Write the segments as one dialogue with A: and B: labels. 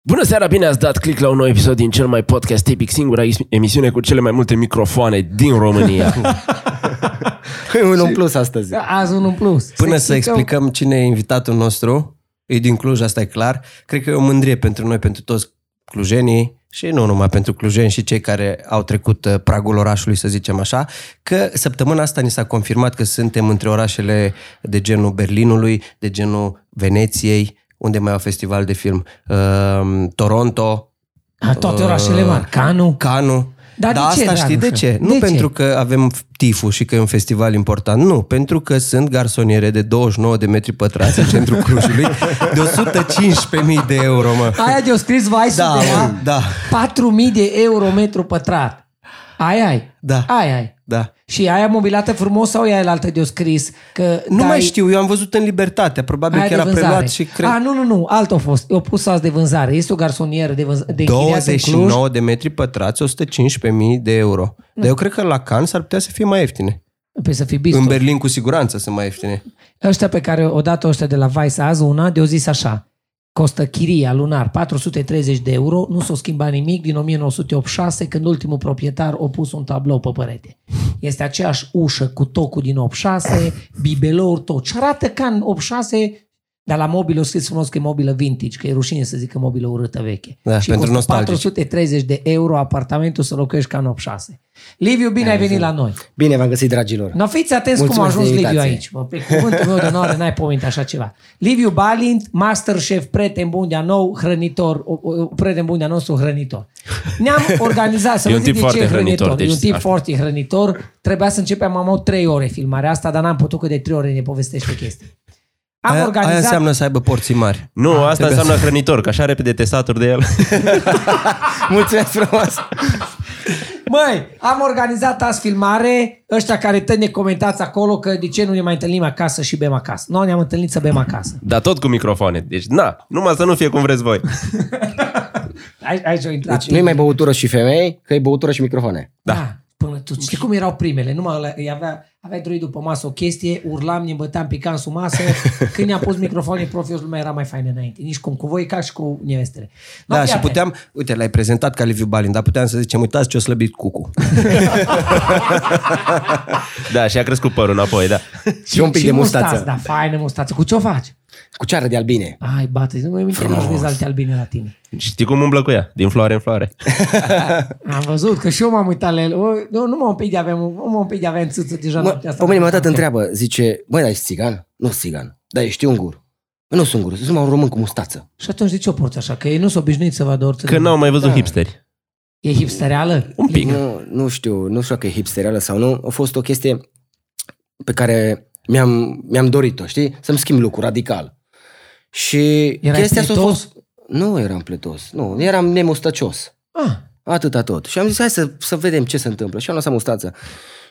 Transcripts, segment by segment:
A: Bună seara, bine ați dat click la un nou episod din cel mai podcast tipic, singura is- emisiune cu cele mai multe microfoane din România.
B: Ah, Un în plus astăzi.
C: Da, Azi unul plus.
B: Până
C: Se
B: Da, să explicăm cine e invitatul nostru, e din Cluj, asta e clar. Cred că e o mândrie pentru noi, pentru toți clujenii și nu numai pentru clujeni și cei care au trecut uh, pragul orașului, să zicem așa, că săptămâna asta ni s-a confirmat că suntem între orașele de genul Berlinului, de genul Veneției, unde mai au festival de film, uh, Toronto,
C: A, toate orașele mari. Uh, Canu.
B: Uh. Canu.
C: Dar de ce,
B: asta știi de
C: Dragoș?
B: ce? Nu
C: De ce?
B: pentru că avem tiful și că e un festival important, nu. Pentru că sunt garsoniere de 29 de metri pătrați în centrul Clujului de 115.000 de euro, mă.
C: Aia de-o scris vai
B: Da,
C: da,
B: mă, da.
C: 4.000 de euro metru pătrat. Ai, ai.
B: Da.
C: Ai, ai.
B: Da.
C: Și aia mobilată frumos sau ea altă de-o scris? Că
B: Nu
C: dai-
B: mai știu, eu am văzut în Libertatea, probabil
C: aia
B: că
C: de
B: era
C: vânzare.
B: preluat și cred...
C: A, nu, nu, nu, altă a fost. Eu pus azi de vânzare. Este o garsonieră de, vânz... de închiriat în Cluj.
B: 29 de metri pătrați, 115.000 de euro. Dar eu
C: Mm.
B: cred că la Cannes ar putea să fie mai ieftine.
C: Păi să fii
B: În
C: bistor.
B: Berlin cu siguranță sunt mai ieftine.
C: Ăștia pe care o dată ăștia de la Vice azi, una, de-o zis așa, costă chiria lunar 430 de euro, nu s-o schimba nimic din 1986 când ultimul proprietar a pus un tablou pe perete. Este aceeași ușă cu tocul din 86, bibelouri, tot. Ce arată ca în 86, dar la mobilă o scris frumos că e mobilă vintage, că e rușine să zică mobilă urâtă veche.
B: Da, pentru
C: costă
B: nostalgici.
C: 430 de euro apartamentul să locuiești ca în 86. Liviu, bine ai venit la noi.
D: Bine v-am găsit, dragilor.
C: Nu Da. fiți atenți
D: Mulțumesc
C: cum a ajuns
D: de
C: Liviu
D: invitație.
C: aici. Mă, pe cuvântul meu de onoare n-ai pomenit așa ceva. Liviu Balint, master chef, prieten bun de-a nou, hrănitor, o- o- prieten bun de-a nostru, hrănitor. Ne-am organizat să
A: E
C: vă
A: un
C: zic
A: tip
C: de ce
A: foarte hrănitor,
C: hrănitor.
A: deci
C: e un tip
A: așa.
C: foarte hrănitor. Trebuia să începem, am avut trei ore filmarea asta, dar n-am putut că de trei ore ne povestește chestii. Am
B: Aia,
C: organizat...
B: aia înseamnă să aibă porții mari.
A: Nu, asta
B: trebuie
A: înseamnă hrănitor, că așa repede te saturi de el.
B: Mulțumesc frumos!
C: Măi, am organizat azi filmare, ăștia care tot ne comentați acolo că de ce nu ne mai întâlnim acasă și bem acasă. Noi ne-am întâlnit să bem acasă.
A: Dar tot cu microfoane. Deci, na, numai să nu fie cum vreți voi.
C: Aici, aici o intrat.
D: Deci nu-i mai băutură și femei, că e băutură și microfoane.
A: Da.
C: Până tu, știi cum erau primele? Numai ăla, îi avea, avea droid după masă o chestie, urlam, ne băteam pe cansul masă, când ne-am pus microfoane profios, lumea era mai faină înainte. Nici cum cu voi, ca și cu nevestele. No,
B: Da,
C: fii
B: și
C: atent.
B: puteam, uite, l-ai prezentat ca Liviu Balin, dar puteam să zicem, uitați ce o slăbit cucu.
A: Da, și a crescut părul înapoi, da.
D: Și un pic de mustață.
C: Da, faină mustață. Cu ce o faci?
D: Cu ceară de albine.
C: Ai, bate, nu mai minte, nu vezi alte albine la tine.
A: Știi cum umblă cu ea? Din floare în floare.
C: Am văzut că și eu m-am uitat la el. O, nu, nu mă un pic de aveam, nu mă un pic de aveam țâță deja
D: Mă,
C: noaptea asta.
D: pe mine m-a dat întreabă, zice, băi, dar ești țigan? Nu sunt țigan, dar ești ungur. Bă, Nu sunt ungur, sunt numai un român cu mustață.
C: Și atunci de ce o porți așa? Că ei nu sunt obișnuiți să vadă orice.
A: Că n-au mai văzut da. hipsteri.
C: E hipstereală?
A: Un pic.
D: Nu, nu știu, nu știu dacă e hipsterială sau nu. A fost o chestie pe care mi-am, mi-am dorit-o, știi? Să-mi schimb lucru radical. Și
C: Erai
D: chestia asta a
C: pletos?
D: fost... Nu eram pletos, nu, eram nemustăcios.
C: Ah,
D: Atâta tot. Și am zis, hai să, să vedem ce se întâmplă. Și am lăsat mustața.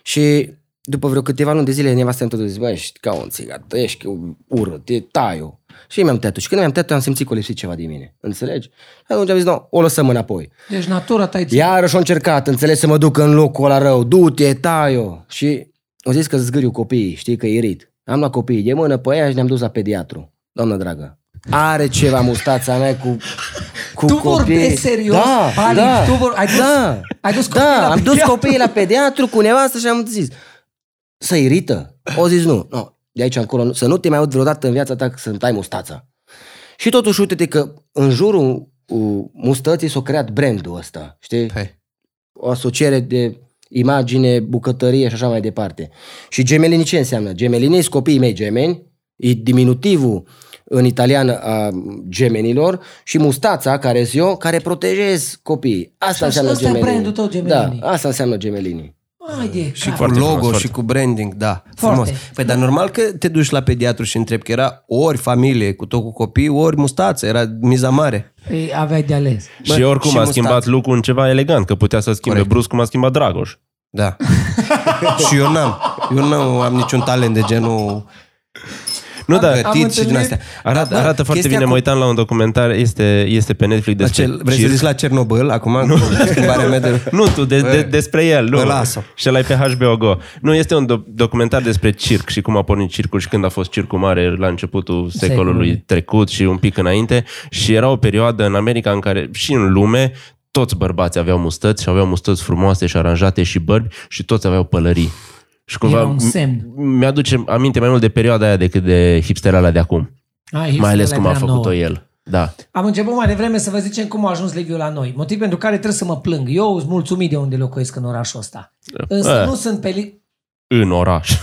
D: Și după vreo câteva luni de zile, nevastă îmi tot zis, bă, ești ca un țigat, ești urât, e taiu. Și mi-am tăiat Și când mi-am tăiat am simțit că a lipsit ceva din mine. Înțelegi? Atunci am zis, nu, o lăsăm înapoi.
C: deci natura ta e
D: Iarăși au încercat, înțelegi, să mă duc în locul ăla rău. Du-te, taiu. Și au zis că zgâriu copiii, știi, că irit. Am luat copiii de mână pe ea și ne-am dus la pediatru. Doamnă dragă, are ceva mustața mea cu, cu
C: Tu
D: copiii.
C: vorbești serios?
D: Da,
C: Ali,
D: da,
C: tu vor- ai dus-
D: da.
C: Ai dus copiii
D: Da,
C: la
D: am dus
C: pediatru?
D: copiii la pediatru cu nevastă și am zis, să irită? O zis nu, nu, de aici încolo, nu- să nu te mai aud vreodată în viața ta că să-mi tai mustața. Și totuși, uite-te că în jurul uh, mustății s-a creat brandul ăsta, știi?
A: Păi,
B: Hai.
D: O asociere de imagine, bucătărie și așa mai departe. Și gemelinii ce înseamnă? Gemelinii sunt copiii mei gemeni, e diminutivul în italiană a gemenilor și mustața, care sunt eu, care protejez copiii.
C: Și
D: Asta înseamnă
C: ăsta e
D: gemelinii.
C: brandul tău, gemelinii.
D: Da, asta înseamnă gemelinii.
C: Hai de
B: Și
C: cap.
B: cu
A: Foarte
B: logo
A: frumos, foarte.
B: și cu branding, da.
C: Foarte.
B: Frumos. Păi, dar normal că te duci la pediatru și întrebi că era ori familie cu tot cu copii, ori mustață, era miza mare.
C: Ei, Păi, aveai de ales.
B: Bă,
A: și oricum
B: și
A: a
B: mustață.
A: schimbat lucru în ceva elegant, că putea să schimbe
B: Corect.
A: brusc cum a schimbat Dragoș.
B: Da. și eu n-am. Eu nu am niciun talent de genul...
A: Nu, da,
B: gătit și din
C: întâlnit-
B: astea.
A: arată,
B: Da,
A: arată foarte
B: chestia
A: bine.
B: cu-
A: Mă uitam la un documentar, este, este pe Netflix despre
B: Acel, vrei să
A: circ.
B: zici la Cernobâl acum? Nu. Schimbarea mea de...
A: Nu, tu, de, de, despre el, nu.
B: Bă, lasă.
A: Și ăla e pe HBO Go. Nu, este un do- documentar despre circ și cum a pornit circul și când a fost circul mare la începutul secolului trecut și un pic înainte. Și era o perioadă în America în care, și în lume, toți bărbații aveau mustăți și aveau mustăți frumoase și aranjate și bărbi și toți aveau pălării. Și cumva
C: Era un
A: mi-
C: semn.
A: mi-aduce aminte mai mult de perioada aia decât de hipsterala de acum.
C: Ai,
A: mai ales
C: hipsterele
A: cum a
C: prea
A: făcut-o
C: nouă.
A: el. Da.
C: Am început mai devreme să vă zicem cum a ajuns Liviu la noi. Motiv pentru care trebuie să mă plâng. Eu sunt mulțumit de unde locuiesc în orașul ăsta. Însă
A: Eh.
C: nu sunt pe... Li-
A: În oraș.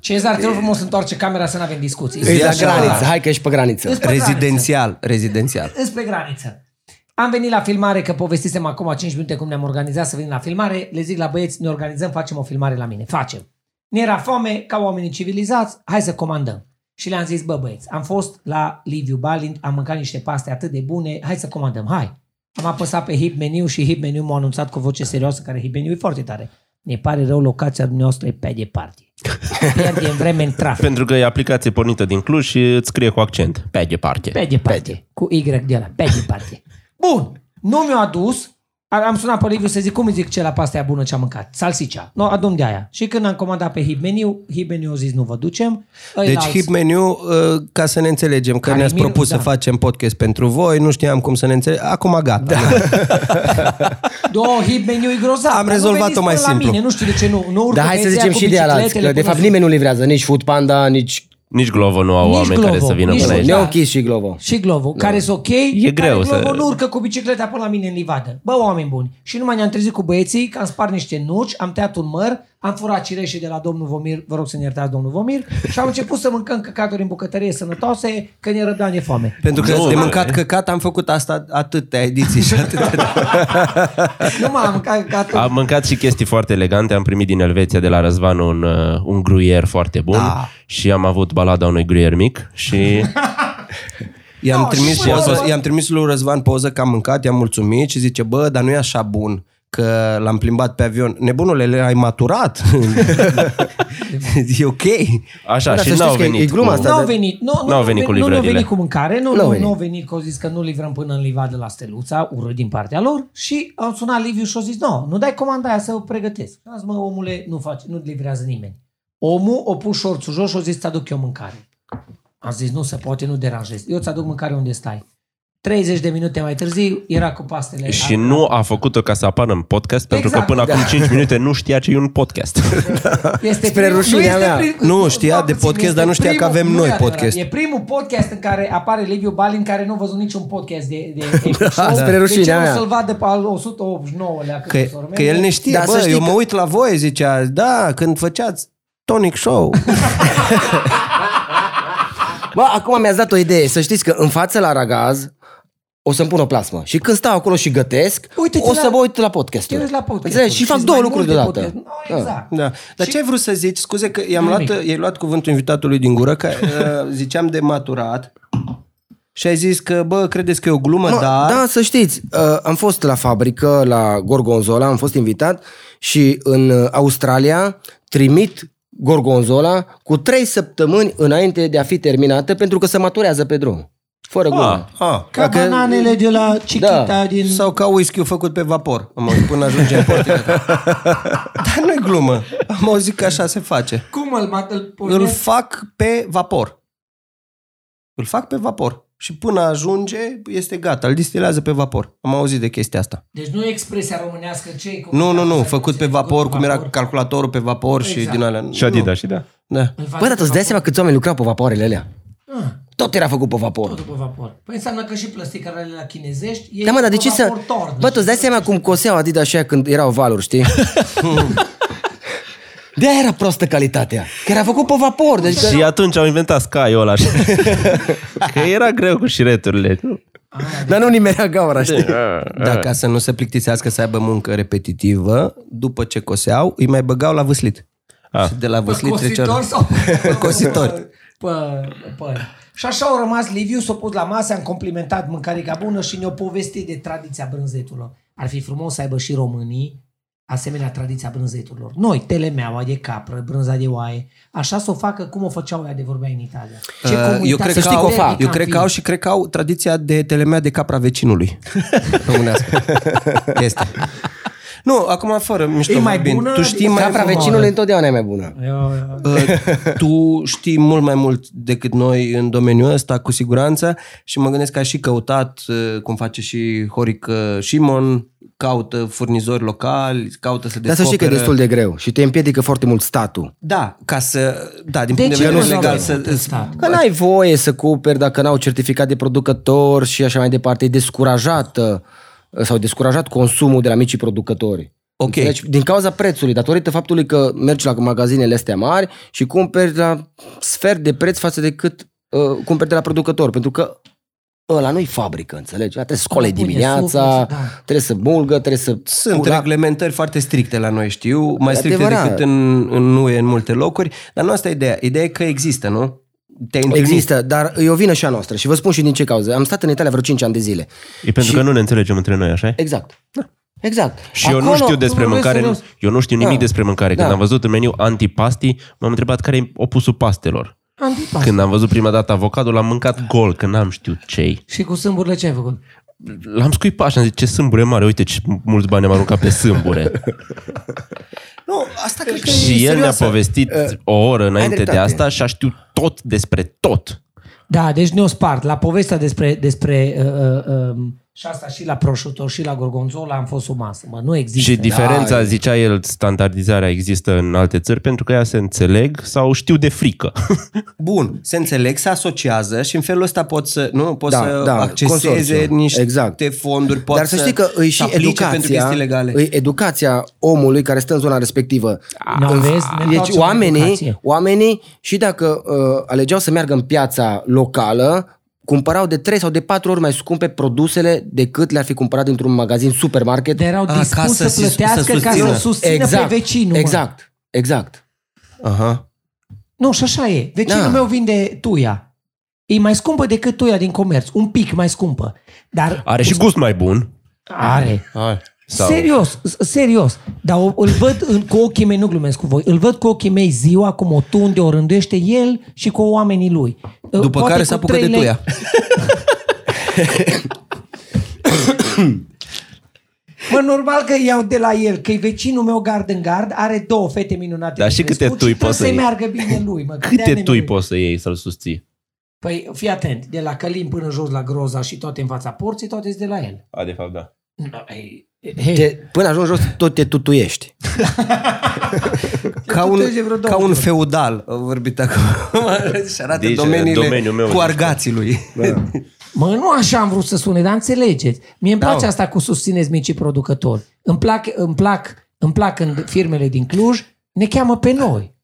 C: Cezar, te rog frumos, întoarce camera să nu avem discuții.
B: Îi
D: E
B: de
D: la
B: așa.
D: graniță, hai că ești pe graniță.
C: Îți pe graniță.
B: Rezidențial, rezidențial.
C: Înspre graniță. Am venit la filmare, că povestisem acum 5 minute cum ne-am organizat să venim la filmare. Le zic la băieți, ne organizăm, facem o filmare la mine. Facem. Ne era foame, ca oamenii civilizați, hai să comandăm. Și le-am zis, bă băieți, am fost la Liviu Balint, am mâncat niște paste atât de bune, hai să comandăm, hai. Am apăsat pe hip meniu și hip meniu m-a anunțat cu o voce serioasă, care hip meniu e foarte tare. Ne pare rău, locația dumneavoastră e pe departe. Pierde în vreme în trafic.
A: Pentru că e aplicație pornită din Cluj și îți scrie cu accent. Pe departe.
C: Pe departe. Cu Y de la. Pe departe. Bun. Nu mi-o adus. Am am sunat pe Liviu să zic cum îi zic ce la pasta aia bună ce am mâncat. Salsicea. No, adum de aia. Și când am comandat pe hip meniu, hip meniu a zis nu vă ducem.
D: Păi
C: Ăi
B: Deci
C: alți-
B: hip meniu, uh, ca să ne înțelegem, că
C: Care
B: ne-ați
C: e mir-
B: propus
C: da.
B: să facem podcast pentru voi, nu știam cum să ne înțelegem. Acum gata.
D: Da.
C: Două hip meniu e grozav.
B: Am
C: dar nu
B: rezolvat-o
C: veniți
B: mai
C: până la
B: simplu.
C: Mine. Nu știu de ce nu. nu urcă
D: Dar hai
C: pe
D: să
C: zi
D: zicem
C: cu
D: și de alții,
C: bicicletele
D: că de
C: până
D: fapt
C: la-
D: nimeni nu livrează, nici Food Panda, nici...
A: Nici Glovo nu au
C: Nici
A: oameni care
C: Glovo,
A: să vină
C: nici
A: până
C: nu.
A: aici.
C: Da.
D: Ne-au închis și Glovo.
C: Și Glovo, care sunt ok, care
A: greu
C: Glovo
A: să-
C: nu urcă cu bicicleta până la mine în livadă. Bă, oameni buni. Și numai ne-am trezit cu băieții, că am spart niște nuci, am tăiat un măr, am furat cireșe de la domnul Vomir, vă rog să ne iertați domnul Vomir, și am început să mâncăm căcaturi în bucătărie sănătoase, că ne rădea de foame.
B: Pentru că
A: Nu,
B: de
A: mă,
B: mâncat
A: e.
B: căcat am făcut asta atâtea ediții și atâtea.
C: Nu m-am mâncat căcaturi.
A: Am mâncat și chestii foarte elegante. Am primit din Elveția de la Răzvan un, uh, un gruier foarte bun
B: Da.
A: și am avut balada unui gruier mic și
B: I-am,
D: Da,
C: No,
B: trimis
C: și până
B: poză,
C: la-
B: i-am trimis lui Răzvan poză că am mâncat, i-am mulțumit și zice, bă, dar nu e așa bun că l-am plimbat pe avion. Nebunule, le-ai maturat. e ok.
A: așa,
D: Da,
A: și
D: să
A: n-au
D: știți că e-
A: venit.
D: e gluma
A: cu-
D: asta.
C: Nu au
D: de-
C: venit, nu, nu,
A: N-au
C: au
A: venit
C: venit,
A: cu
C: nu, nu au
A: livrările.
C: venit cu mâncare, nu,
D: N-au
C: nu,
D: venit.
C: nu au venit că au zis că nu livrăm până în livadă la Steluța, urât din partea lor și au sunat Liviu și au zis, nu, nu dai comanda aia să o pregătesc. Am zis, mă, omule, nu faci, nu livrează nimeni. Omul o pus șorțul jos și a zis, ți-aduc eu mâncare. Am zis, nu se poate, nu deranjez. Eu ți-aduc mâncare unde stai. 30 de minute mai târziu era cu pastele.
A: Și nu a făcut-o ca să apară în podcast, pentru că
C: Exact,
A: până
C: da.
A: acum 5 minute nu știa ce e un podcast. Da,
C: Este
D: Spre
C: prim-
D: rușinea
C: este
D: mea.
B: Nu, știa
C: Doar
B: de
C: puțin,
B: podcast,
C: este
B: dar nu știa că
C: primul-
B: avem
C: nu e
B: noi
C: adevărat.
B: podcast.
C: E primul podcast în care apare Liviu Balin care nu a văzut niciun podcast de, de, de da,
D: spre rușinea
C: deci
D: mea.
C: o să-l vadă pe al 189-lea cât
B: Că,
C: o să urmeze.
B: că el ne știe,
D: Dar
B: bă,
D: să știi
B: eu
D: că-
B: mă uit la voi, zicea, da, când făceați Tonic Show.
D: Bă, acum mi-ați dat o idee. Să știți că în față la ragaz o să-mi pun o plasmă. Și când stau acolo și gătesc,
C: Uite-te
D: o să
C: la-
D: mă uit la podcast.
C: Te uiți la podcast.
D: Înțelegi? Și fac două lucruri deodată.
C: No,
D: Da.
C: exact.
B: Da. Dar ce ai vrut să zici? Scuze că i-am luat,
C: Nimic.
B: i-ai luat cuvântul invitatului din gură, că uh, ziceam de maturat și ai zis că, bă, credeți că e o glumă,
D: Mă,
B: dar...
D: Da, să știți, uh, am fost la fabrică, la Gorgonzola, am fost invitat și în uh, Australia trimit Gorgonzola cu trei săptămâni înainte de a fi terminată pentru că se maturează pe drum. Fără glumă.
B: Ah,
C: Ca
D: Dacă-
C: bananele de la Chiquita
D: Da.
C: din...
B: sau ca whisky făcut pe vapor, mă, până ajunge în portile. Dar nu-i glumă. Am auzit că așa se face.
C: Cum îl, mat- îl
B: Îl
C: pune?
B: fac pe vapor. Îl fac pe vapor. Și până ajunge, este gata. Îl distilează pe vapor. Am auzit de chestia asta.
C: Deci nu e expresia românească ce e cu
B: Nu, nu, nu, făcut pe vapor, cum era calculatorul pe vapor și
C: Exact.
B: din alea.
A: și Adida, și da.
B: Nu. Da.
D: Bă, dar tu îți dai seama câți oameni lucrau pe vapoarele alea? Tot era făcut pe vapor.
C: Totul pe vapor. Păi înseamnă că și plasticarele la chinezești e
D: Da, mă, dar de
C: pe
D: ce să...
C: vapor torn.
D: Bă, tu îți dai seama cum coseau Adidas așa când erau valuri, știi? de era prostă calitatea. Că era făcut pe vapor. Deci
A: Și atunci am inventat Sky-ul ăla. așa. că era greu cu șireturile.
D: Dar nu nimerea gaura, știi?
B: da, ca să nu se plictisească să aibă muncă repetitivă, după ce coseau, îi mai băgau la vâslit.
A: Ah.
B: Și de la vâslit treceau.
C: Cositor sau
B: Pe cositor.
C: Pă, pă. Și așa au rămas Liviu, s-a pus la masă, am complimentat mâncarica bună și ne-a povestit de tradiția brânzeturilor. Ar fi frumos să aibă și românii asemenea tradiția brânzeturilor. Noi, telemeaua de capră, brânza de oaie, așa să o facă cum o făceau ea de vorbea în Italia. Ce comunitate
B: Uh, eu cred, că
D: Să știi
B: au,
D: că o fac.
B: eu cred că au și cred că au tradiția de telemea de capra vecinului. Românească. Este. Nu, acum fără mișto.
C: E mai
B: vorbind,
C: bună adică
B: tu știi
C: decât
B: mai
D: Capra
C: frumos.
D: vecinului întotdeauna e mai bună.
C: Eu-
B: Uh, tu știi mult mai mult decât noi în domeniul ăsta, cu siguranță, și mă gândesc că ai și căutat, uh, cum face și Horic uh, Shimon, caută furnizori locali, caută să descopere...
D: Dar să știi că e destul de greu și te împiedică foarte mult statul.
B: Da, ca să... Da, din
C: De
B: punct de
C: ce
B: vedere
C: nu s-au
B: legal
C: mai
B: să...
C: făcut
B: să-
C: stat?
D: Că n-ai voie să cumperi dacă n-au certificat de producător și așa mai departe. E descurajată sau descurajat consumul de la micii producători.
B: Ok,
D: Deci, din cauza prețului, datorită faptului că mergi la magazinele astea mari și cumperi la sfert de preț față de cât uh, cumperi de la producător, pentru că ăla nu-i fabrică, înțelegi? Trebuie să scole
C: Pune
D: dimineața,
C: suflet, da.
D: trebuie să mulgă, trebuie să...
B: Sunt
D: cura-
B: reglementări foarte stricte la noi, știu, mai
D: E
B: stricte
D: adevărat.
B: decât în, în UE în multe locuri, dar nu asta e ideea. Ideea e că există, nu? Te-ai întâlnit.
D: Există, dar e o vină și a noastră și vă spun și din ce cauză. Am stat în Italia vreo 5 ani de zile.
A: E pentru
D: Și-
A: că nu ne înțelegem între noi, așa
D: Exact. Exact.
A: Și eu nu știu despre
D: nu vrei
A: mâncare,
D: să
A: nu,
D: vezi-
A: eu nu știu nimic
D: Da.
A: despre mâncare. Când
D: Da.
A: am văzut în meniu antipasti, m-am întrebat care e opusul pastelor.
C: Am tipat.
A: Când am văzut prima dată avocado, l-am mâncat gol, că n-am știut ce
C: Și cu sâmburile ce ai făcut?
A: L-am scuipat și am zis, ce sâmbure mare, uite ce mulți bani am aruncat pe sâmbure.
B: Nu, asta cred că e
A: și el ne-a
B: serioasă. Uh,
A: povestit o oră înainte de
D: Ă, dreptate.
A: asta și a știut tot despre tot.
C: Da, deci ne-o spart. La povestea despre, despre uh, uh, uh, și asta și la prosciutto și la gorgonzola am fost o masă. Mă, nu există. da?
A: Și diferența, zicea el, standardizarea există în alte țări pentru că ea se înțeleg sau știu de frică.
B: Bun, se înțeleg, se asociază și în felul ăsta poți să, nu, poți
D: Da,
B: să
D: da,
B: acceseze
D: consorțiu.
B: niște
D: Exact.
B: fonduri, poți
D: Dar să știi că îi și
B: aplice pentru
D: educația,
B: chestii legale.
D: îi educația omului care stă în zona respectivă.
C: Nu,
D: În-
C: vezi? Ne
D: Deci
C: întoarcem la
D: oamenii,
C: educație.
D: oamenii și dacă uh, alegeau să meargă în piața locală, cumpărau de 3 sau de 4 ori mai scumpe produsele decât le-ar fi cumpărat dintr-un magazin supermarket.
C: Dar erau
B: A, ca
C: dispuși
B: să
C: să,
B: se-
C: plătească
B: să
C: ca
B: susțină.
C: să susțină
D: exact,
C: pe vecinul. mă.
D: Exact, exact.
B: Aha.
C: Nu, și așa e. Vecinul
D: Da.
C: meu vinde tuia. E mai scumpă decât tuia din comerț. Un pic mai scumpă. Dar
A: Are și gust mai bun.
C: are.
B: Hai.
A: Sau-
C: Serios, s- serios. Dar o, îl văd în, cu ochii mei, nu glumesc cu voi, îl văd cu ochii mei ziua cum o tunde, o rânduiește el și cu oamenii lui.
B: După care se apucă de tuia.
C: Mă, normal că iau de la el, că e vecinul meu gard în gard, are două fete minunate.
A: Dar
C: de
A: și câte
C: crescut
A: tui
C: și trebuie
A: poți să
C: să-i
A: iei?
C: meargă bine lui, mă. că de-aia
A: Câte
C: ne
A: tui
C: mânim.
A: poți să iei să-l susții?
C: Păi fii atent, de la Călim până jos la Groza și toate în fața porții, toate sunt de la el.
A: A, de fapt, da.
C: No, ei, ei,
D: Te, până ajungi jos, tot te tutuiești.
B: Ca un,
C: tuteze vreo două
B: ca un
C: ori.
B: feudal, a vorbit acum, și arată
A: Deci,
B: domeniile
A: domeniul meu,
B: cu
A: deci.
B: argații lui.
C: Mă, nu așa am vrut să sune, dar înțelegeți. Mie
B: Da,
C: îmi place asta cu susțineți micii producători. Îmi plac, îmi plac, îmi plac când firmele din Cluj ne cheamă pe noi.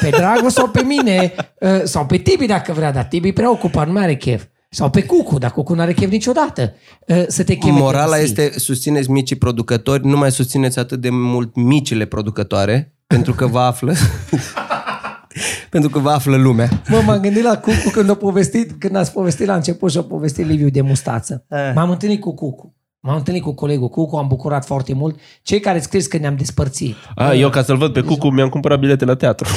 C: Pe Dragoș sau pe mine, uh, sau pe Tibi dacă vrea, dar Tibi e prea ocupat, nu mai are chef. Sau pe Cucu, dacă Cucu nu are chef niciodată. uh, Să te cheme
B: Morala
C: pe zi.
B: este susțineți micii producători, nu mai susțineți atât de mult micile producătoare, pentru că vă află pentru că vă află lumea.
C: Mă, m-am gândit la Cucu când, a povestit, când ați povestit la început și a povestit Liviu de mustață.
B: Eh.
C: M-am întâlnit cu Cucu. M-am întâlnit cu colegul Cucu, am bucurat foarte mult. Cei care scrieți că ne-am despărțit.
A: A, eu ca să-l văd pe Cucu mi-am cumpărat bilete la teatru.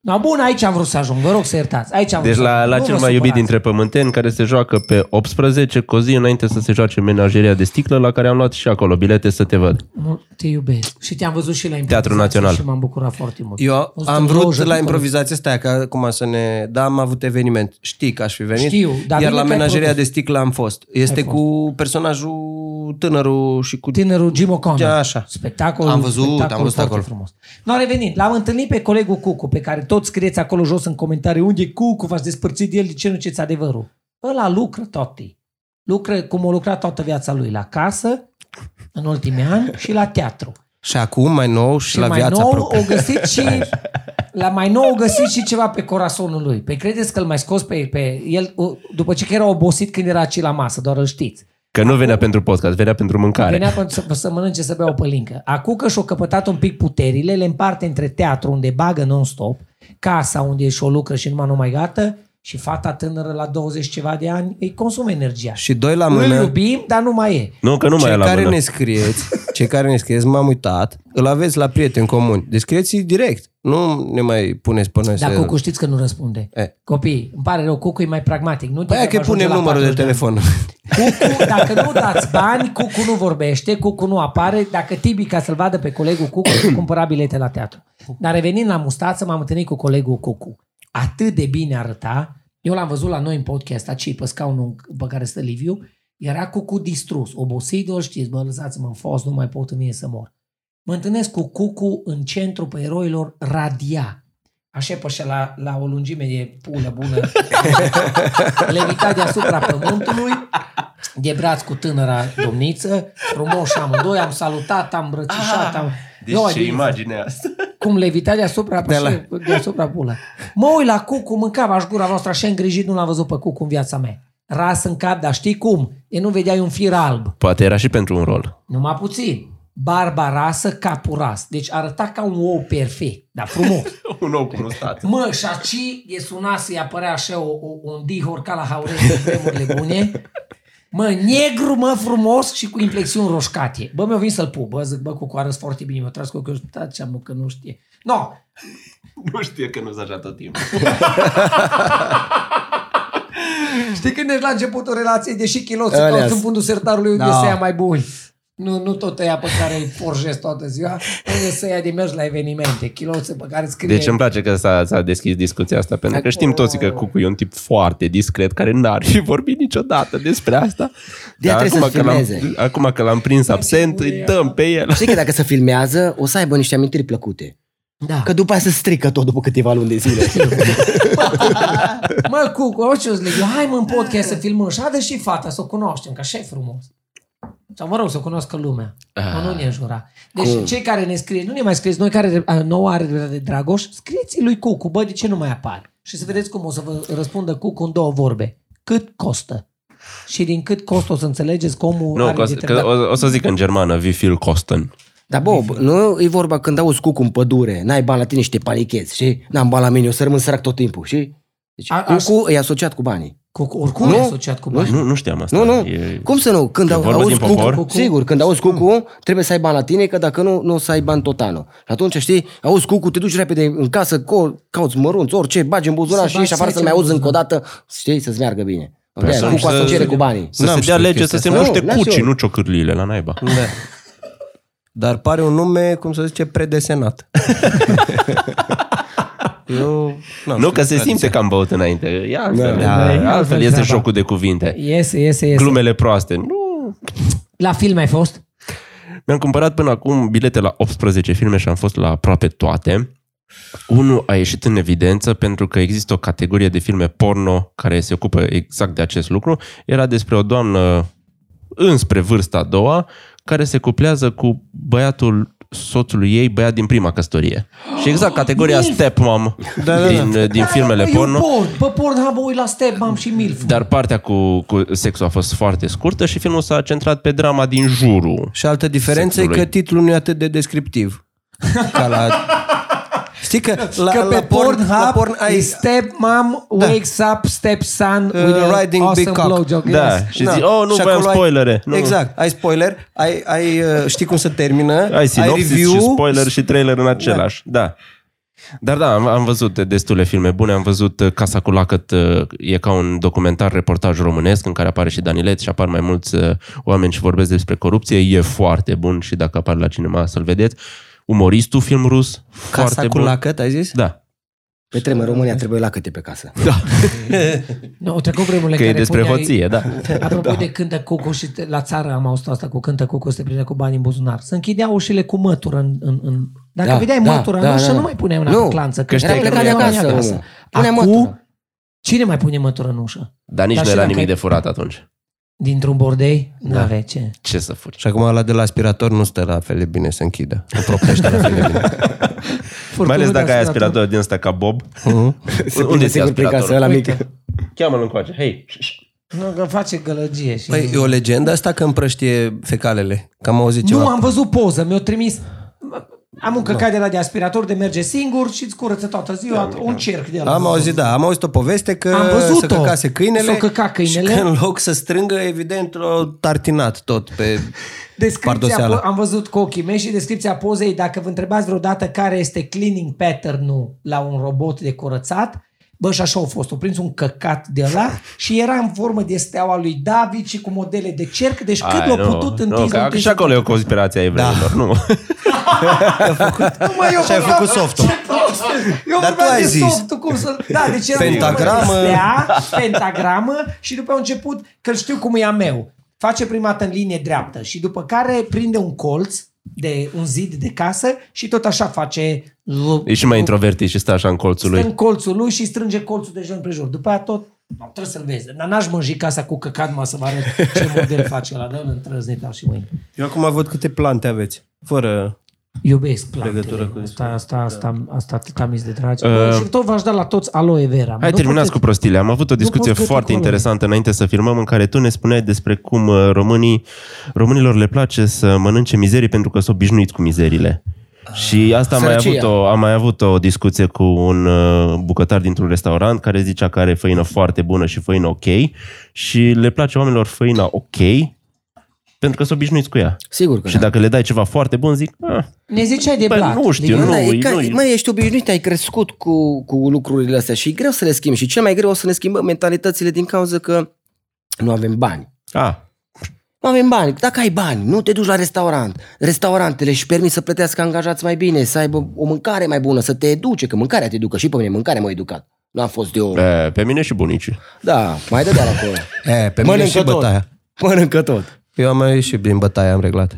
C: No, bun, aici am vrut să ajung, vă rog să iertați. Aici am
A: Deci
C: vrut să
A: la,
C: ajung.
A: la
C: Nu
A: cel
C: vă
A: mai iubit
C: supărați.
A: dintre pământeni care se joacă pe 18, cu o zi înainte să se joace menageria de sticlă la care am luat și acolo bilete să te văd.
C: Nu, te iubesc. Și te-am văzut și la
A: Teatrul
C: improvizație
A: Național.
C: Și m-am bucurat foarte mult.
B: Eu
C: O
B: am vrut
C: loja
B: la
C: după-
B: improvizație, stai că acum să ne... Da, am avut eveniment. Știi că aș fi venit.
C: Știu, dar
B: Iar
C: bine
B: la
C: că ai
B: menageria de
C: produs.
B: sticlă am fost. Este
C: Ai fost.
B: cu personajul tânărul și cu...
C: Tinerul Jim O'Connor.
B: Da, așa.
C: Spectacol,
B: Am văzut,
C: spectacol
B: am văzut
C: foarte
B: acolo.
C: frumos. Nu a revenit. L-am întâlnit pe colegul Cucu, pe care tot scrieți acolo jos în comentarii unde e Cucu v-ați despărțit de el, de ce nu ceți adevărul? Ăla lucră toti. Lucră cum a lucrat toată viața lui, la casă, în ultimii ani și la teatru.
B: Și acum, mai nou și,
C: Și
B: la
C: mai
B: viața
C: nou
B: proprie.
C: o găsit și la mai nou o găsit și ceva pe corazonul lui. Pe credeți că îl mai scos pe, pe el u- după ce că era obosit când era aici la masă, doar îl știți.
A: Că nu venea pentru podcast, venea pentru mâncare.
C: Venea pe- să, să mănânce să bea o pălincă. Acum că și-o căpătat un pic puterile, le împarte între teatru unde bagă non-stop, casa unde și-o lucră și numai numai gata Și fata tânără la 20 ceva de ani îi consumă energia.
B: Și da, doi la
C: Îl
B: mână,
C: iubim, dar nu mai e.
A: Nu, că nu mai e
B: cei
A: la
B: care
A: mână.
B: ne scrieți, cei care ne scrieți, m-am uitat, îl aveți la prieteni comuni. Deci scrieți direct. Nu ne mai puneți pe noi
C: Dar
B: să...
C: Cucu știți că nu răspunde.
B: E.
C: Copii, îmi pare rău, Cucu e mai pragmatic. Nu
B: Păi aia că
C: trebuie
B: punem
C: ajunge la
B: numărul de
C: 40 ani.
B: telefon.
C: Cucu, dacă nu dați bani, Cucu nu vorbește, Cucu nu apare. Dacă Tibi, ca să-l vadă pe colegul Cucu, cumpăra bilete la teatru. Dar revenind la mustață, m-am întâlnit cu colegul Cucu. Atât de bine arăta. Eu l-am văzut la noi în podcast, aici pe scaunul pe care stă Liviu. Era Cucu distrus, obosit, îl știți, bă, lăsați-mă în fost, nu mai pot în mine să mor. Mă întâlnesc cu Cucu în centru pe eroilor Radia. Așa pe așa, la, la o lungime de pulă bună. Levita deasupra pământului, de braț cu tânăra domniță, frumoși amândoi, am salutat, am îmbrățișat, am...
A: Deci
C: Eu,
A: ce
C: adică,
A: imagine asta?
C: Cum levita deasupra,
B: De
C: de
B: la-
C: la... deasupra pulă. Mă uit la Cucu, mâncava aș gura noastră așa îngrijit, nu l-am văzut pe Cucu în viața mea. Ras în cap, dar știi cum? E nu vedeai un fir alb.
A: Poate era și pentru un rol.
C: Numai puțin. Barba rasă, capul ras. Deci arăta ca un ou perfect, dar frumos.
A: un nou cunostat.
C: Mă, și aci e suna să-i apărea așa o, o, un dihor ca la haure pe vremurile bune. Mă, negru, mă, frumos și cu inflexiuni roșcate. Bă, mi-a venit să-l pup. Bă, zic, bă, cu coară foarte bine. Mi-a tras cu ochiul ăsta, ce mă, că nu știe. No,
A: nu știe că nu-s așa tot timpul.
C: știi când ești la început o relație, deși chiloții
D: Alea-s.
C: toți în fundul sertarului unde
B: Da.
C: no. să ia mai buni. Nu, nu tot ea pe care îi forjezi toată ziua, unde să ia de mergi la evenimente. Chiloții pe care scrie...
A: Deci îmi place că s-a, s-a deschis discuția asta, pentru că
D: Acum-
A: știm toți că Cucu e un tip foarte discret, care n-ar fi vorbit niciodată despre asta.
D: De-aia
A: Dar
D: trebuie să
A: că l-am,
D: filmeze.
A: acum că l-am prins absent, îi dăm pe el.
D: Știi că dacă se filmează, o să aibă niște amintiri plăcute.
C: da.
D: Că după aia se strică tot după câteva luni de zile.
C: Mă, cu orice îți leg, eu hai mă în podcast să filmăm și adă și fata să o cunoaștem, că așa e frumos. Sau mă rog, să o cunoască lumea.
A: Ah.
C: Mă, nu ne înjura. Deci Cum? cei care ne scrieți, nu ne mai scrieți, noi care a, nouă are dreptate de Dragoș, scrieți lui Cucu, bă, de ce nu mai apare? Și să vedeți cum o să vă răspundă Cucu în două vorbe. Cât costă? Și din cât costă o să înțelegeți că omul
A: Nu,
C: are
A: că o,
C: de
A: să-
C: trecut.
A: că o, o să zic în germană, vi viel kosten.
D: Dar Bob, nu e vorba când auzi cucu în pădure, n-ai bani la tine și te panichezi, și n-am bani la mine, o să rămân sărac tot timpul, și deci,
C: A-
D: a,
C: aș-
D: cucu e asociat cu banii.
C: Cucu, oricum
D: Nu,
C: e asociat cu bani.
A: Nu, Păi. nu știam asta.
D: Nu, nu.
A: E...
D: Cum să nu? Când
A: E
D: au,
A: vorba
D: auzi
A: din
D: cucu,
A: popor?
D: cucu, sigur, când auzi cucu, trebuie să ai bani la tine, că dacă nu, nu o să ai bani tot anul. Și atunci, știi, auzi cucu, te duci repede în casă, co- cauți mărunți, orice, bagi în
C: Să
D: buzunar și
C: bagi,
D: ieși afară
C: să
D: să-l mai
C: iei
D: auzi
C: în
D: încă o dată, știi, să-ți meargă bine.
A: Să-
D: Cu
A: să-
D: asociere cu banii.
A: Să se
B: N-am
A: dea
B: știut
A: lege să
B: chestia
A: se
D: asta.
A: muște
D: Nu, n-am
A: cucii,
D: știut.
A: nu ciocârliile la naiba.
B: Da. Dar pare un nume, cum să zice, predesenat. Eu n-am
A: Nu, că se
B: știut.
A: simte că am băut înainte. E altfel, da,
B: Da,
C: e
A: da,
C: altfel
A: altfel este
C: treaba.
A: jocul de cuvinte.
C: Iese, iese, iese.
A: Glumele proaste. Nu.
C: La film ai fost?
A: Mi-am cumpărat până acum bilete la 18 filme și am fost la aproape toate. Unul a ieșit în evidență pentru că există o categorie de filme porno care se ocupă exact de acest lucru. Era despre o doamnă înspre vârsta a doua care se cuplează cu băiatul soțului ei, băiat din prima căsătorie. Și exact categoria
C: Milf!
A: stepmom
B: da, da.
A: din, din filmele
C: bă, eu
A: porno.
C: Porn, pe porn, mă uit la step, am și milf.
A: Dar partea cu, cu sexul a fost foarte scurtă și filmul s-a centrat pe drama din jurul.
B: Și altă diferență e că
A: Sexului.
B: titlul nu e atât de descriptiv. Ca la... Știi că la,
C: că
B: la
C: pe
B: porn, la
C: Pornhub
B: porn ai...
C: step mom wakes up step son
B: Uh,
C: with a
B: riding
C: awesome
B: big cock.
C: blowjob.
A: Da,
C: Yes.
A: și zici, oh, nu
B: Și
A: voiam
B: acolo ai-
A: spoilere. Nu, nu.
B: exact, ai spoiler, ai, ai, uh, știi cum se termină,
A: Ai sinopsis
B: review,
A: și spoiler și trailer în același. Da. da. Dar da, am, am văzut destule filme bune. Am văzut uh, Casa cu lacăt, uh, e ca un documentar reportaj românesc în care apare și Danilet și apar mai mulți uh, oameni și vorbesc despre corupție. E foarte bun și dacă apare la cinema să-l vedeți. Umoristul, film rus,
B: Casa
A: foarte
B: cu
A: bun.
B: lacăt, ai zis?
A: Da.
D: Pe tremă, în România trebuie la câte pe casă.
C: Nu, au trecut vremurile
A: Că e
C: care
A: despre
C: puneai-
A: hoție, da.
C: Apropo da. de cântă cucu și te- la țară am auzit asta cu cântă cucu, se prinde cu bani în buzunar. Se închidea ușile cu mătură în... în, în... Dacă
D: Da,
C: vedeai
D: da,
C: mătura
D: da,
C: în ușă,
D: da, da.
C: nu mai puneai mâna
D: Nu,
C: pe clanță.
A: că știai
C: erai
A: că
C: plecat
A: nu e
C: acasă,
D: acasă,
C: acasă.
D: omul. Pune
C: Acum,
D: mătură.
C: cine mai pune mătură în ușă?
A: Dar nici
C: Dar
A: nu
C: și
A: era
C: dacă
A: nimic de
C: ai-
A: furat atunci.
C: Dintr-un bordei? Da. N-avea ce.
A: Ce să furi?
B: Și acum ăla de la aspirator nu stă la fel de bine să închidă. Nu proptește la fel de bine.
A: Mai ales
C: Furtunul de
A: dacă ai aspirator din ăsta ca Bob.
D: Se
A: Unde
D: prinde
A: ți-e
D: sigur prin casă,
A: aspiratorul?
D: la mic.
C: Uite.
A: Cheamă-l încoace. Hei,
C: Nu, că face gălăgie și...
B: Păi, e o legendă asta că împrăștie fecalele. Că am auzit
C: Nu,
B: ceva.
C: am văzut poză, mi-o trimis Am un căcat de la de aspirator de merge singur și îți curăță toată ziua
A: Da,
C: un cerc de la.
B: Am auzit, da, am auzit o poveste că
C: Am văzut-o.
B: se căcase câinele,
C: S-o căca câinele.
B: și că în loc să strângă, evident, l-au tartinat tot pe
C: Descripția,
B: pardoseală.
C: po- am văzut cu ochii mei și descripția pozei, dacă vă întrebați vreodată care este cleaning pattern-ul la un robot de curățat, bă, și așa au fost, o prins un căcat de la și era în formă de steaua lui David și cu modele de cerc, deci cât
A: Ai,
C: l-a
A: nu,
C: putut
A: nu,
C: întins,
A: că
C: întins,
A: Și acolo e o conspirație a
C: Da.
A: evreilor, nu?
C: Nu, mă, eu
B: Și ai
C: vorbeam-
B: făcut softul.
C: Ce prost! Eu
B: Dar
C: Dar
B: tu ai
C: de
B: zis.
C: softul, cum să... Da, deci era
B: Pentagramă.
C: un fel de stea, pentagramă și după au început, că știu cum e a meu, face prima dată în linie dreaptă și după care prinde un colț de un zid de casă și tot așa face
A: E și mai introvertit și stă așa în colțul
C: stă
A: lui.
C: în colțul lui și strânge colțul de jos împrejur. După aia tot nu, trebuie să-l vezi. Dar n-aș mânji casa cu căcat, mă, să vă arăt ce model face ăla. Da, Dă-l întrăznit și mâine.
B: Eu acum văd câte plante aveți. Fără...
C: Iubesc plantele.
B: Legătură cu da.
C: asta, asta, asta, asta, atât am zis de dragi.
B: Ă,
C: Uh, și tot v-aș da la toți aloe vera.
A: Hai,
C: Nu
A: terminați
C: puteți-
A: cu prostile. Am avut o discuție
C: pot cred
A: foarte
C: acolo.
A: interesantă înainte să filmăm în care tu ne spuneai despre cum uh, românii, românilor le place să mănânce mizerii pentru că sunt obișnuiți cu mizerile. Și asta am mai,
D: Sărăcia.
A: avut o, am mai avut o discuție cu un uh, bucătar dintr-un restaurant care zicea că are făină foarte bună și făină ok și le place oamenilor făina ok pentru că sunt obișnuiți cu ea.
D: Sigur că
A: Și
D: da.
A: dacă le dai ceva foarte bun, zic, ah,
C: Ne ziceai de
A: Bă,
B: Păi,
C: blat.
A: nu știu,
C: Deci,
A: nu.
D: da, e
A: e-
D: ca,
A: nu e-
D: mă, ești obișnuit, ai crescut cu, cu lucrurile astea și e greu să le schimbi. Și cel mai greu o să ne schimbăm mentalitățile din cauza că nu avem bani.
A: a,
D: Nu avem bani. Dacă ai bani, nu te duci la restaurant. Restaurantele își permit să plătească angajați mai bine, să aibă o mâncare mai bună, să te educe, că mâncarea te educă și pe mine, mâncarea m-a educat. Nu am fost eu.
A: pe, pe mine și bunicii.
D: Da, mai dădea la acolo.
B: E, Eh, pe mine și
D: tot.
B: bătaia.
D: Mănâncă tot.
B: Eu am mai ieșit din bătaia, am reglat.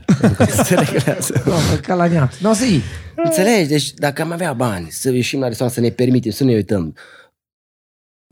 D: Se reglează.
C: Doamne, Că la neam. Nu o să iei.
D: Înțelegi? Deci dacă am avea bani să ieșim la restaurant, să ne permitem, să ne uităm.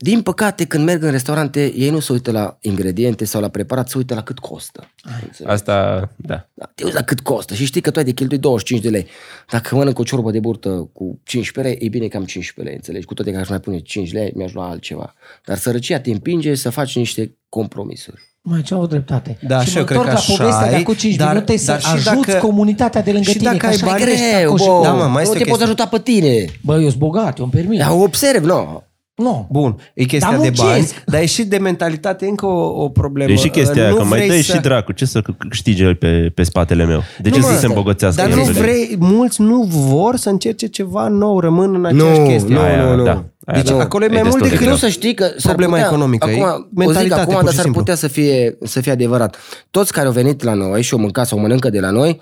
D: Din păcate, când merg în restaurante, ei nu se uită la ingrediente sau la preparat, se uită la cât costă. Înțelegi?
A: Asta, da.
D: Da, te uiți la cât costă și știi că tu ai de cheltuit 25 de lei. Dacă mănânc o ciorbă de burtă cu 15 lei, e bine că am 15 lei, înțelegi? Cu toate că aș mai pune 5 lei, mi-aș lua altceva. Dar sărăcia te împinge să faci niște compromisuri.
C: Mai ce au dreptate.
B: Da, și
C: mă
B: eu cred
C: întorc
B: că
C: la
B: așa
C: povestea de
B: ai,
C: acum 5
B: dar-
C: minute să
B: dar și
C: ajuți
B: dacă-
C: comunitatea de lângă
B: și
C: tine.
B: dacă
C: că
B: ai
C: așa
B: bani-
C: crești
D: Greu,
C: acolo și-
D: bă,
B: Da, mă, mai
D: nu
B: este
D: te poți
B: chestia.
D: ajuta pe tine.
C: Bă, eu sunt bogat, eu îmi permit.
D: Dar observ, nu.
C: Nu.
B: Bun, e chestia
C: Dar
B: de bani,
C: muncesc.
B: dar e și de mentalitate încă o, o problemă.
A: E și chestia aia,
B: Nu
A: că mai
B: vrei
A: dă
B: să-
A: și dracu, ce să c- câștige el pe, pe spatele meu? De ce
B: Nu,
A: să
B: mă,
A: se îmbogățească
B: Dar
A: el?
B: nu
A: pe mine?
B: vrei, mulți nu vor să încerce ceva nou, rămân în aceeași
D: Nu,
B: chestie.
D: nu,
A: Aia,
D: nu, nu.
A: da, aia,
B: Deci
A: da.
B: acolo e mai
A: destul
B: mult
A: de
B: decât-
A: greu.
D: Greu să știi că s-ar
B: Problema
D: putea,
B: economică, e
D: acum, o zic
B: mentalitate,
D: acum,
B: pur
D: dar
B: și
D: s-ar
B: simplu.
D: putea să fie, să fie adevărat. Toți care au venit la noi și au mâncat sau mănâncă de la noi,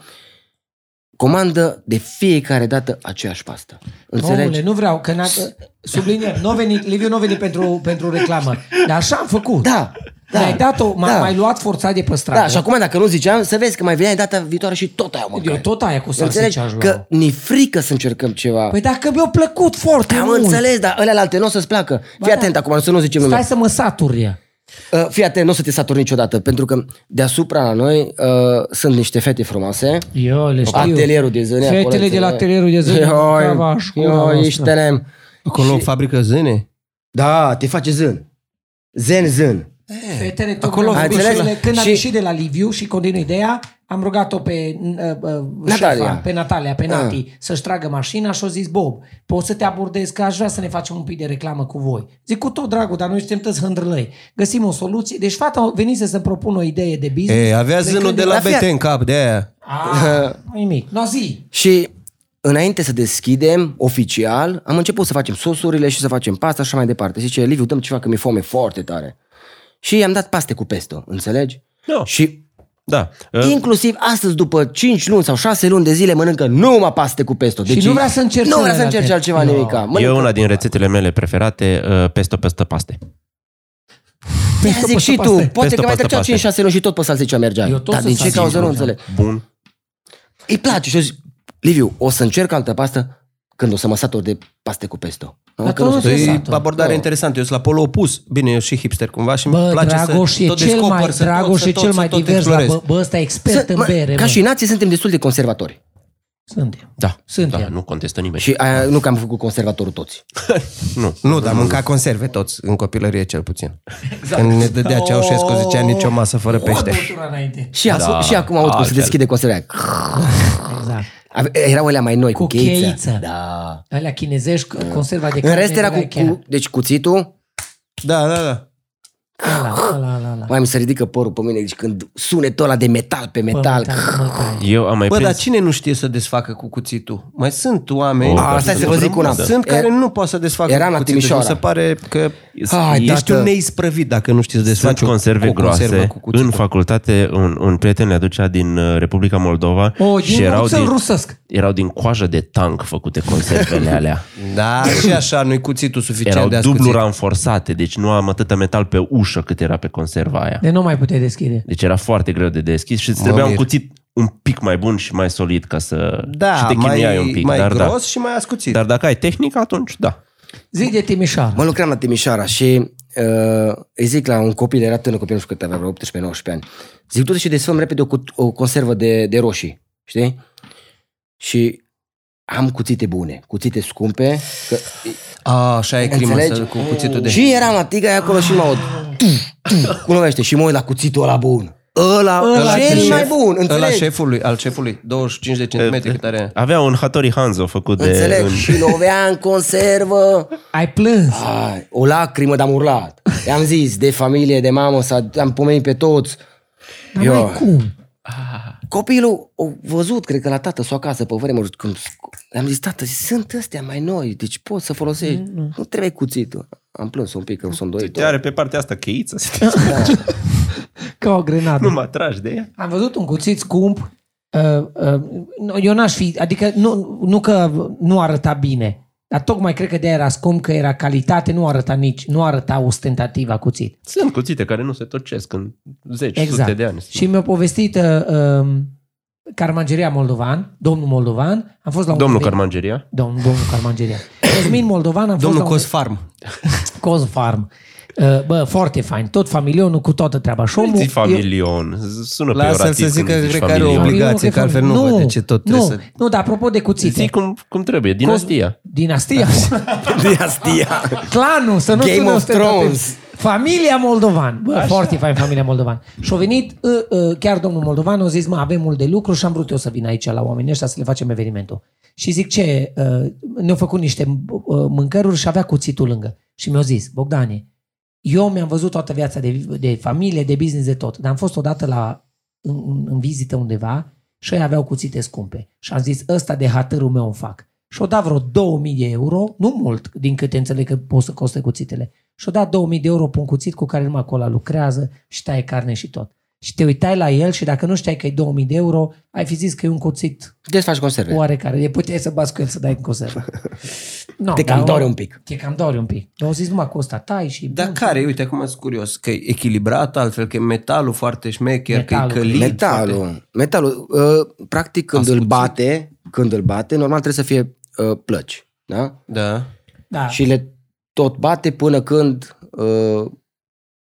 D: comandă de fiecare dată aceeași pastă. Înțelegi?
C: Omule, nu vreau, că n-a, subliniem, nu a venit, Liviu nu a venit pentru, pentru reclamă. Dar așa am făcut.
D: Da, da.
C: Mi-ai dat-o, m-ai
D: Da.
C: mai luat forțat de pe stradă.
D: Da, și acum dacă nu ziceam, să vezi că mai vine data viitoare și tot aia o mâncare.
C: Eu tot aia cu salsicea
D: Înțelegi?
C: aș lua.
D: Că ni frică să încercăm ceva.
C: Păi dacă mi-a plăcut foarte
D: am
C: mult.
D: înțeles, dar ălea la alte nu o să-ți placă. Fii
C: da.
D: atent acum, să nu zicem nume.
C: Stai să mă saturi.
D: Uh, Fii atent, nu o să te saturi niciodată, pentru că deasupra la noi uh, sunt niște fete frumoase.
C: Eu le știu.
D: Atelierul de zâne. acolo,
C: Fetele de la
D: înțeleg.
C: atelierul de zâne.
D: Ioi,
C: Cava, școala
D: ioi,
C: noastră.
D: ești tenem.
B: Acolo în fabrică zâne?
D: Da, te face zân. Zen, zân.
C: Fetele,
B: Acolo
C: tocmai am
D: am
C: vorbit
D: înțeles.
C: și ele. Când am
D: Și-
C: ieșit de la Liviu și continui ideea, am rugat-o pe uh, uh, șefa,
D: Natalia.
C: pe Natalia, pe
D: Da.
C: Nati, să-și tragă mașina și a zis, Bob, poți să te abordezi că aș vrea să ne facem un pic de reclamă cu voi. Zic, cu tot dragul, dar noi suntem toți hândrălăi. Găsim o soluție. Deci fata venise să-mi propună o idee de business.
B: E, avea
C: Plecând
B: zânul de la
D: la fier.
B: BT în cap, de aia.
C: Ah, nimic. No, zi.
D: Și înainte să deschidem oficial, am început să facem sosurile și să facem pasta și așa mai departe. Zice, Liviu, dăm ceva că mi-e foame foarte tare. Și i-am dat paste cu pesto, înțelegi?
A: Da.
D: Și
A: Da. Uh,
D: inclusiv astăzi, după 5 luni sau 6 luni de zile, mănâncă numai paste cu pesto. Deci
C: Și nu vrea să încerce
D: Nu vrea să
C: celelalte.
D: încerce altceva
C: No.
D: no. nimica. Mănâncă
A: E una din rețetele mele preferate, uh, pesto pesto paste.
D: Ia
C: Pesto,
D: Păi, zic
C: pesto,
D: și tu,
C: paste.
D: poate
A: Pesto,
D: că mai
A: paste,
D: trecea
A: paste.
D: 5-6 luni și tot pe salsicea mergea.
C: Eu tot
D: Dar
C: pe
D: din ce
C: salsicea
D: cauză nu
C: mergeam.
D: înțeleg?
A: Bun.
D: Îi place și eu zic, Liviu, o să încerc altă pastă când o să mă satur de paste cu pesto. Nu,
C: Dar
D: că
C: tu
D: nu
C: nu
D: știu.
C: te
B: E
C: Interesant,
B: Păi, abordare
D: da.
B: interesantă. Eu sunt la polo opus. Bine, eu și hipster cumva și mi
C: Bă,
B: place
C: Dragoș
B: să
C: e
B: tot
C: cel
B: descoper,
C: mai,
B: să
C: Dragoș
B: tot,
C: e
B: să
C: cel
B: tot,
C: mai
B: să tot
C: divers la
B: explorez.
C: bă, bă, ăsta e expert
D: Să-
C: în
D: mă,
C: bere.
D: Ca
C: mă.
D: și nații suntem destul de conservatori.
C: Suntem.
A: Da.
C: Suntem.
A: da. Nu contestă nimeni.
D: Și aia, nu că am făcut conservatorul toți.
A: Nu.
B: Nu, dar mânca conserve toți, în copilărie cel puțin.
C: Da.
B: Exact. Când ne dădea Ceaușescu, zicea nicio masă fără
C: O
B: pește.
C: băutură înainte.
D: Și, da, și acum aud cum se
A: altfel.
D: deschide conservarea.
C: Exact.
D: Ave- Erau alea mai noi, cu,
C: Cu
D: cheiță.
C: cheiță.
D: Da.
C: Alea chinezești, conserva de
D: În rest era cu,
C: aveai chiar.
D: cu deci cuțitul,
B: Da, da, da.
C: Ăla, ăla, ăla, ăla.
D: mai mi se ridică părul pe mine, deci când sunetul ăla de metal pe
C: Bă,
D: metal.
C: mă, mă,
A: Eu am mai
B: Bă,
A: prins...
B: dar cine nu știe să desfacă cu cuțitul? Mai sunt oameni...
C: Oh,
A: O,
D: Ah, stai
A: da,
D: să vă zic una.
B: Sunt
D: E-
B: care nu pot să desfacă
D: era
B: cu
D: la
B: cuțitul și Mi
D: Timișoara.
B: se pare că
D: Hai,
B: ești
D: tată.
B: un neisprăvit dacă nu știi să desfaci
A: Sunt
B: o-
A: conserve
B: o conservă
A: groase.
B: cu cuțitul.
A: În facultate, un, un prieten le aducea din uh, Republica Moldova
C: O,
A: și
C: din
A: erau
C: oțel
A: din,
C: rusesc.
A: erau din coajă de tank făcute conservele alea.
B: Da, și așa nu-i cuțitul suficient
A: erau
B: Deci de
A: dublu
B: ascuțit.
A: ranforsate, deci nu am atâta metal pe ușă cât era pe conserva aia.
C: De nu mai puteai deschide.
A: Deci era foarte greu de deschis și îți trebuia un
B: Da. mir.
A: cuțit un pic mai bun și mai solid ca să... și
B: Da,
A: te chinuiai
B: mai,
A: un pic.
B: mai
A: dar,
B: gros și mai ascuțit.
A: da. dar dacă ai tehnică, atunci da.
C: Zi de Timișoara.
D: Mă lucram la Timișoara și uh, îi zic la un copil, era tânăr copil, nu știu cât avea, vreo 18-19 ani. Zic, du-te și desfăm repede o, cu- o conservă de, de roșii, știi? Și am cuțite bune, cuțite scumpe. Că,
B: A, așa e clima
D: Înțelegi?
B: să, cu cuțitul de...
D: și eram la tiga aia acolo și mă aud. tuf, tuf, Cum numește? Și mă uit la cuțitul ăla bun. Ăla,
B: Ăla
D: ăla
B: de
D: cel
B: șef,
D: mai bun,
B: Ăla
D: înțelegi?
B: șefului, al șefului, 25 de centimetri cât are.
A: Avea un Hattori Hanzo făcut de...
D: Înțeleg? Și lovea în conservă.
C: Ai plâns.
D: Ai, o lacrimă, dar am urlat. I-am zis, de familie, de mamă, s-a, am pomenit pe toți.
C: Dar mai cum?
D: Copilul o văzut, cred că la tată sau acasă, pe vremuri, când am zis, tată, sunt astea mai noi, deci poți să folosești, mm nu trebuie cuțitul. Am plâns un pic, că sunt doit.
A: Te are pe partea asta cheiță,
C: Ca o grenadă.
A: nu mă atragi de ea.
C: Am văzut un cuțit scump. Uh, uh, nu, eu n-aș fi, adică nu, nu că nu arăta bine, dar tocmai cred că de era scump, că era calitate, nu arăta nici, nu arăta ostentativ la cuțit.
A: Sunt cuțite care nu se tocesc în zeci,
C: Exact.
A: sute de ani.
C: Și mi-a povestit uh, uh, Carmangeria Moldovan, domnul Moldovan, am fost la un
A: Domnul
C: eveniment-
A: Carmangeria,
C: Domn, domnul Carmangeria. Cosmin Moldovan, am
B: Domnul
C: fost la un-
B: Cosfarm.
C: Cosfarm. Uh, Bă, foarte fain. Tot familionul cu toată treaba. Și omul...
A: zi
C: e-
A: familion, z- sună
B: Lasă-l
A: peorativ
B: să zică,
A: când zici
B: cred că are
A: familion.
B: oblig- Obligație,
C: familionul
B: că altfel nu
C: fam-
B: văd de ce tot
C: nu,
B: trebuie să-
C: Nu, dar apropo de cuțite.
A: Zic cum, cum trebuie, dinastia.
C: Dinastia.
D: Dinastia.
C: Clanul, să nu
D: Game
C: sună
D: of
C: ostentativ.
D: Thrones.
C: Familia Moldovan. Bă, foarte fain familia Moldovan. Și au venit, uh, uh, chiar domnul Moldovan, au zis, mă, avem mult de lucru și am vrut eu să vin aici la oamenii ăștia să le facem evenimentul. Și zic, ce, uh, ne-au făcut niște uh, mâncăruri și avea cuțitul lângă. Și mi-au zis, Bogdane, eu mi-am văzut toată viața de, de familie, de business, de tot. Dar am fost odată la, în, în, în vizită undeva și ei aveau cuțite scumpe. Și am zis, ăsta de hatărul meu îmi fac. Și-o dat vreo 2000 de euro, nu mult, din câte înțeleg că pot să coste cuțitele. Și-o dat 2000 de euro pe un cuțit cu care numai acolo lucrează și taie carne și tot. Și te uitai la el și dacă nu știai că e 2000 de euro, ai fi zis că e un cuțit
D: Deci faci conserve.
C: oarecare. E puteai să bați cu el să dai în conservă. No,
D: Te cam dore un pic. Da.
C: Te cam dore un pic. Eu au zis numai cu ăsta tai și...
B: Dar
C: bun.
B: care, uite, acum sunt curios, că e echilibrat altfel, că e metalul foarte șmecher, că e
C: Metalul.
B: călit. foarte-
D: Metalul. Metalul. Uh, practic, când îl bate, când îl bate, normal trebuie să fie uh, plăci. Da?
B: Da.
C: Da.
D: Și le tot bate până când uh,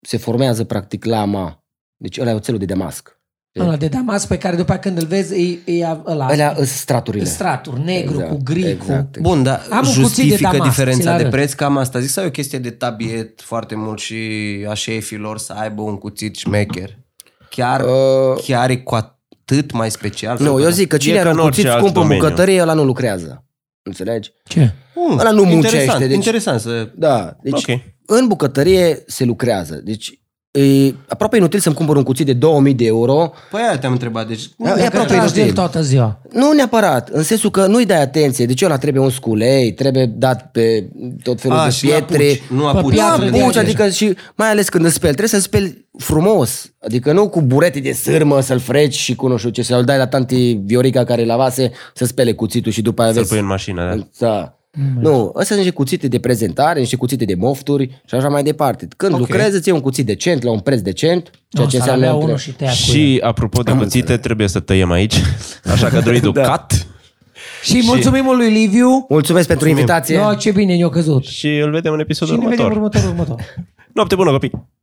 D: se formează, practic, lama. Deci ăla e oțelul de damasc.
C: Ăla de damas pe care după aia când îl vezi e, e ăla.
D: Alea sunt straturile.
C: straturi, negru,
D: Exact,
C: exact, cu gri,
D: exact.
C: exact. cu...
B: Bun, dar
C: Am un
B: Am
C: cuțit de
B: justifică
C: damasc, ți-l
B: diferența de
C: arăt.
B: preț, cam asta zic, sau e o chestie de tabiet foarte mult și a șefilor să aibă un cuțit șmecher? Chiar,
D: Uh,
B: chiar e cu atât mai special?
D: Nu, eu zic că cine
A: E
D: are
A: ca
D: un
A: în orice
D: cuțit
A: alt
D: scump în
A: domeniu.
D: bucătărie, ăla nu lucrează. Înțelegi?
C: Ce?
B: Hmm,
D: ăla nu muncește,
B: interesant,
D: deci-
B: Interesant să...
D: Da, deci
A: Ok.
D: okay. în bucătărie se lucrează. Deci e aproape inutil să-mi cumpăr un cuțit de 2000 de euro.
B: Păi aia te-am întrebat, deci...
D: Da, e aproape
C: Tragi de el
D: inutil.
C: toată ziua.
D: Nu neapărat, în sensul că nu-i dai atenție. Deci ăla trebuie un sculei, trebuie dat pe tot felul
B: A,
D: de
B: și nu
D: pietre.
B: apuci, nu
C: Pe
B: apuci.
C: piatră,
B: să le
C: de
D: Buci,
B: dai.
D: adică și mai ales când îl speli, trebuie să speli frumos, adică nu cu burete de sârmă să-l freci și cu nu știu ce, să-l dai la tanti Viorica care lavase să spele cuțitul și după aia
A: Să-l
D: vezi
A: pui în mașină, da.
D: Da.
C: Mm.
D: Nu, astea sunt niște cuțite de prezentare, niște cuțite de mofturi și așa mai departe. Când
B: Ok.
D: okay. lucrezi, îți iei un cuțit decent, la un preț decent, ceea
C: Nu,
D: ce
C: s-ar
D: înseamnă...
C: avea
D: între-
C: unul și tăia cu el.
A: Și apropo de cuțite, trebuie să tăiem aici, așa că druidul da. cut
C: Și mulțumim lui Liviu.
D: Mulțumesc pentru invitație!
C: Da. No, ce bine ne-a căzut.
A: și îl vedem în episodul
C: Și ne vedem
A: următor.
C: următorul, următor.
A: Noapte bună, copii!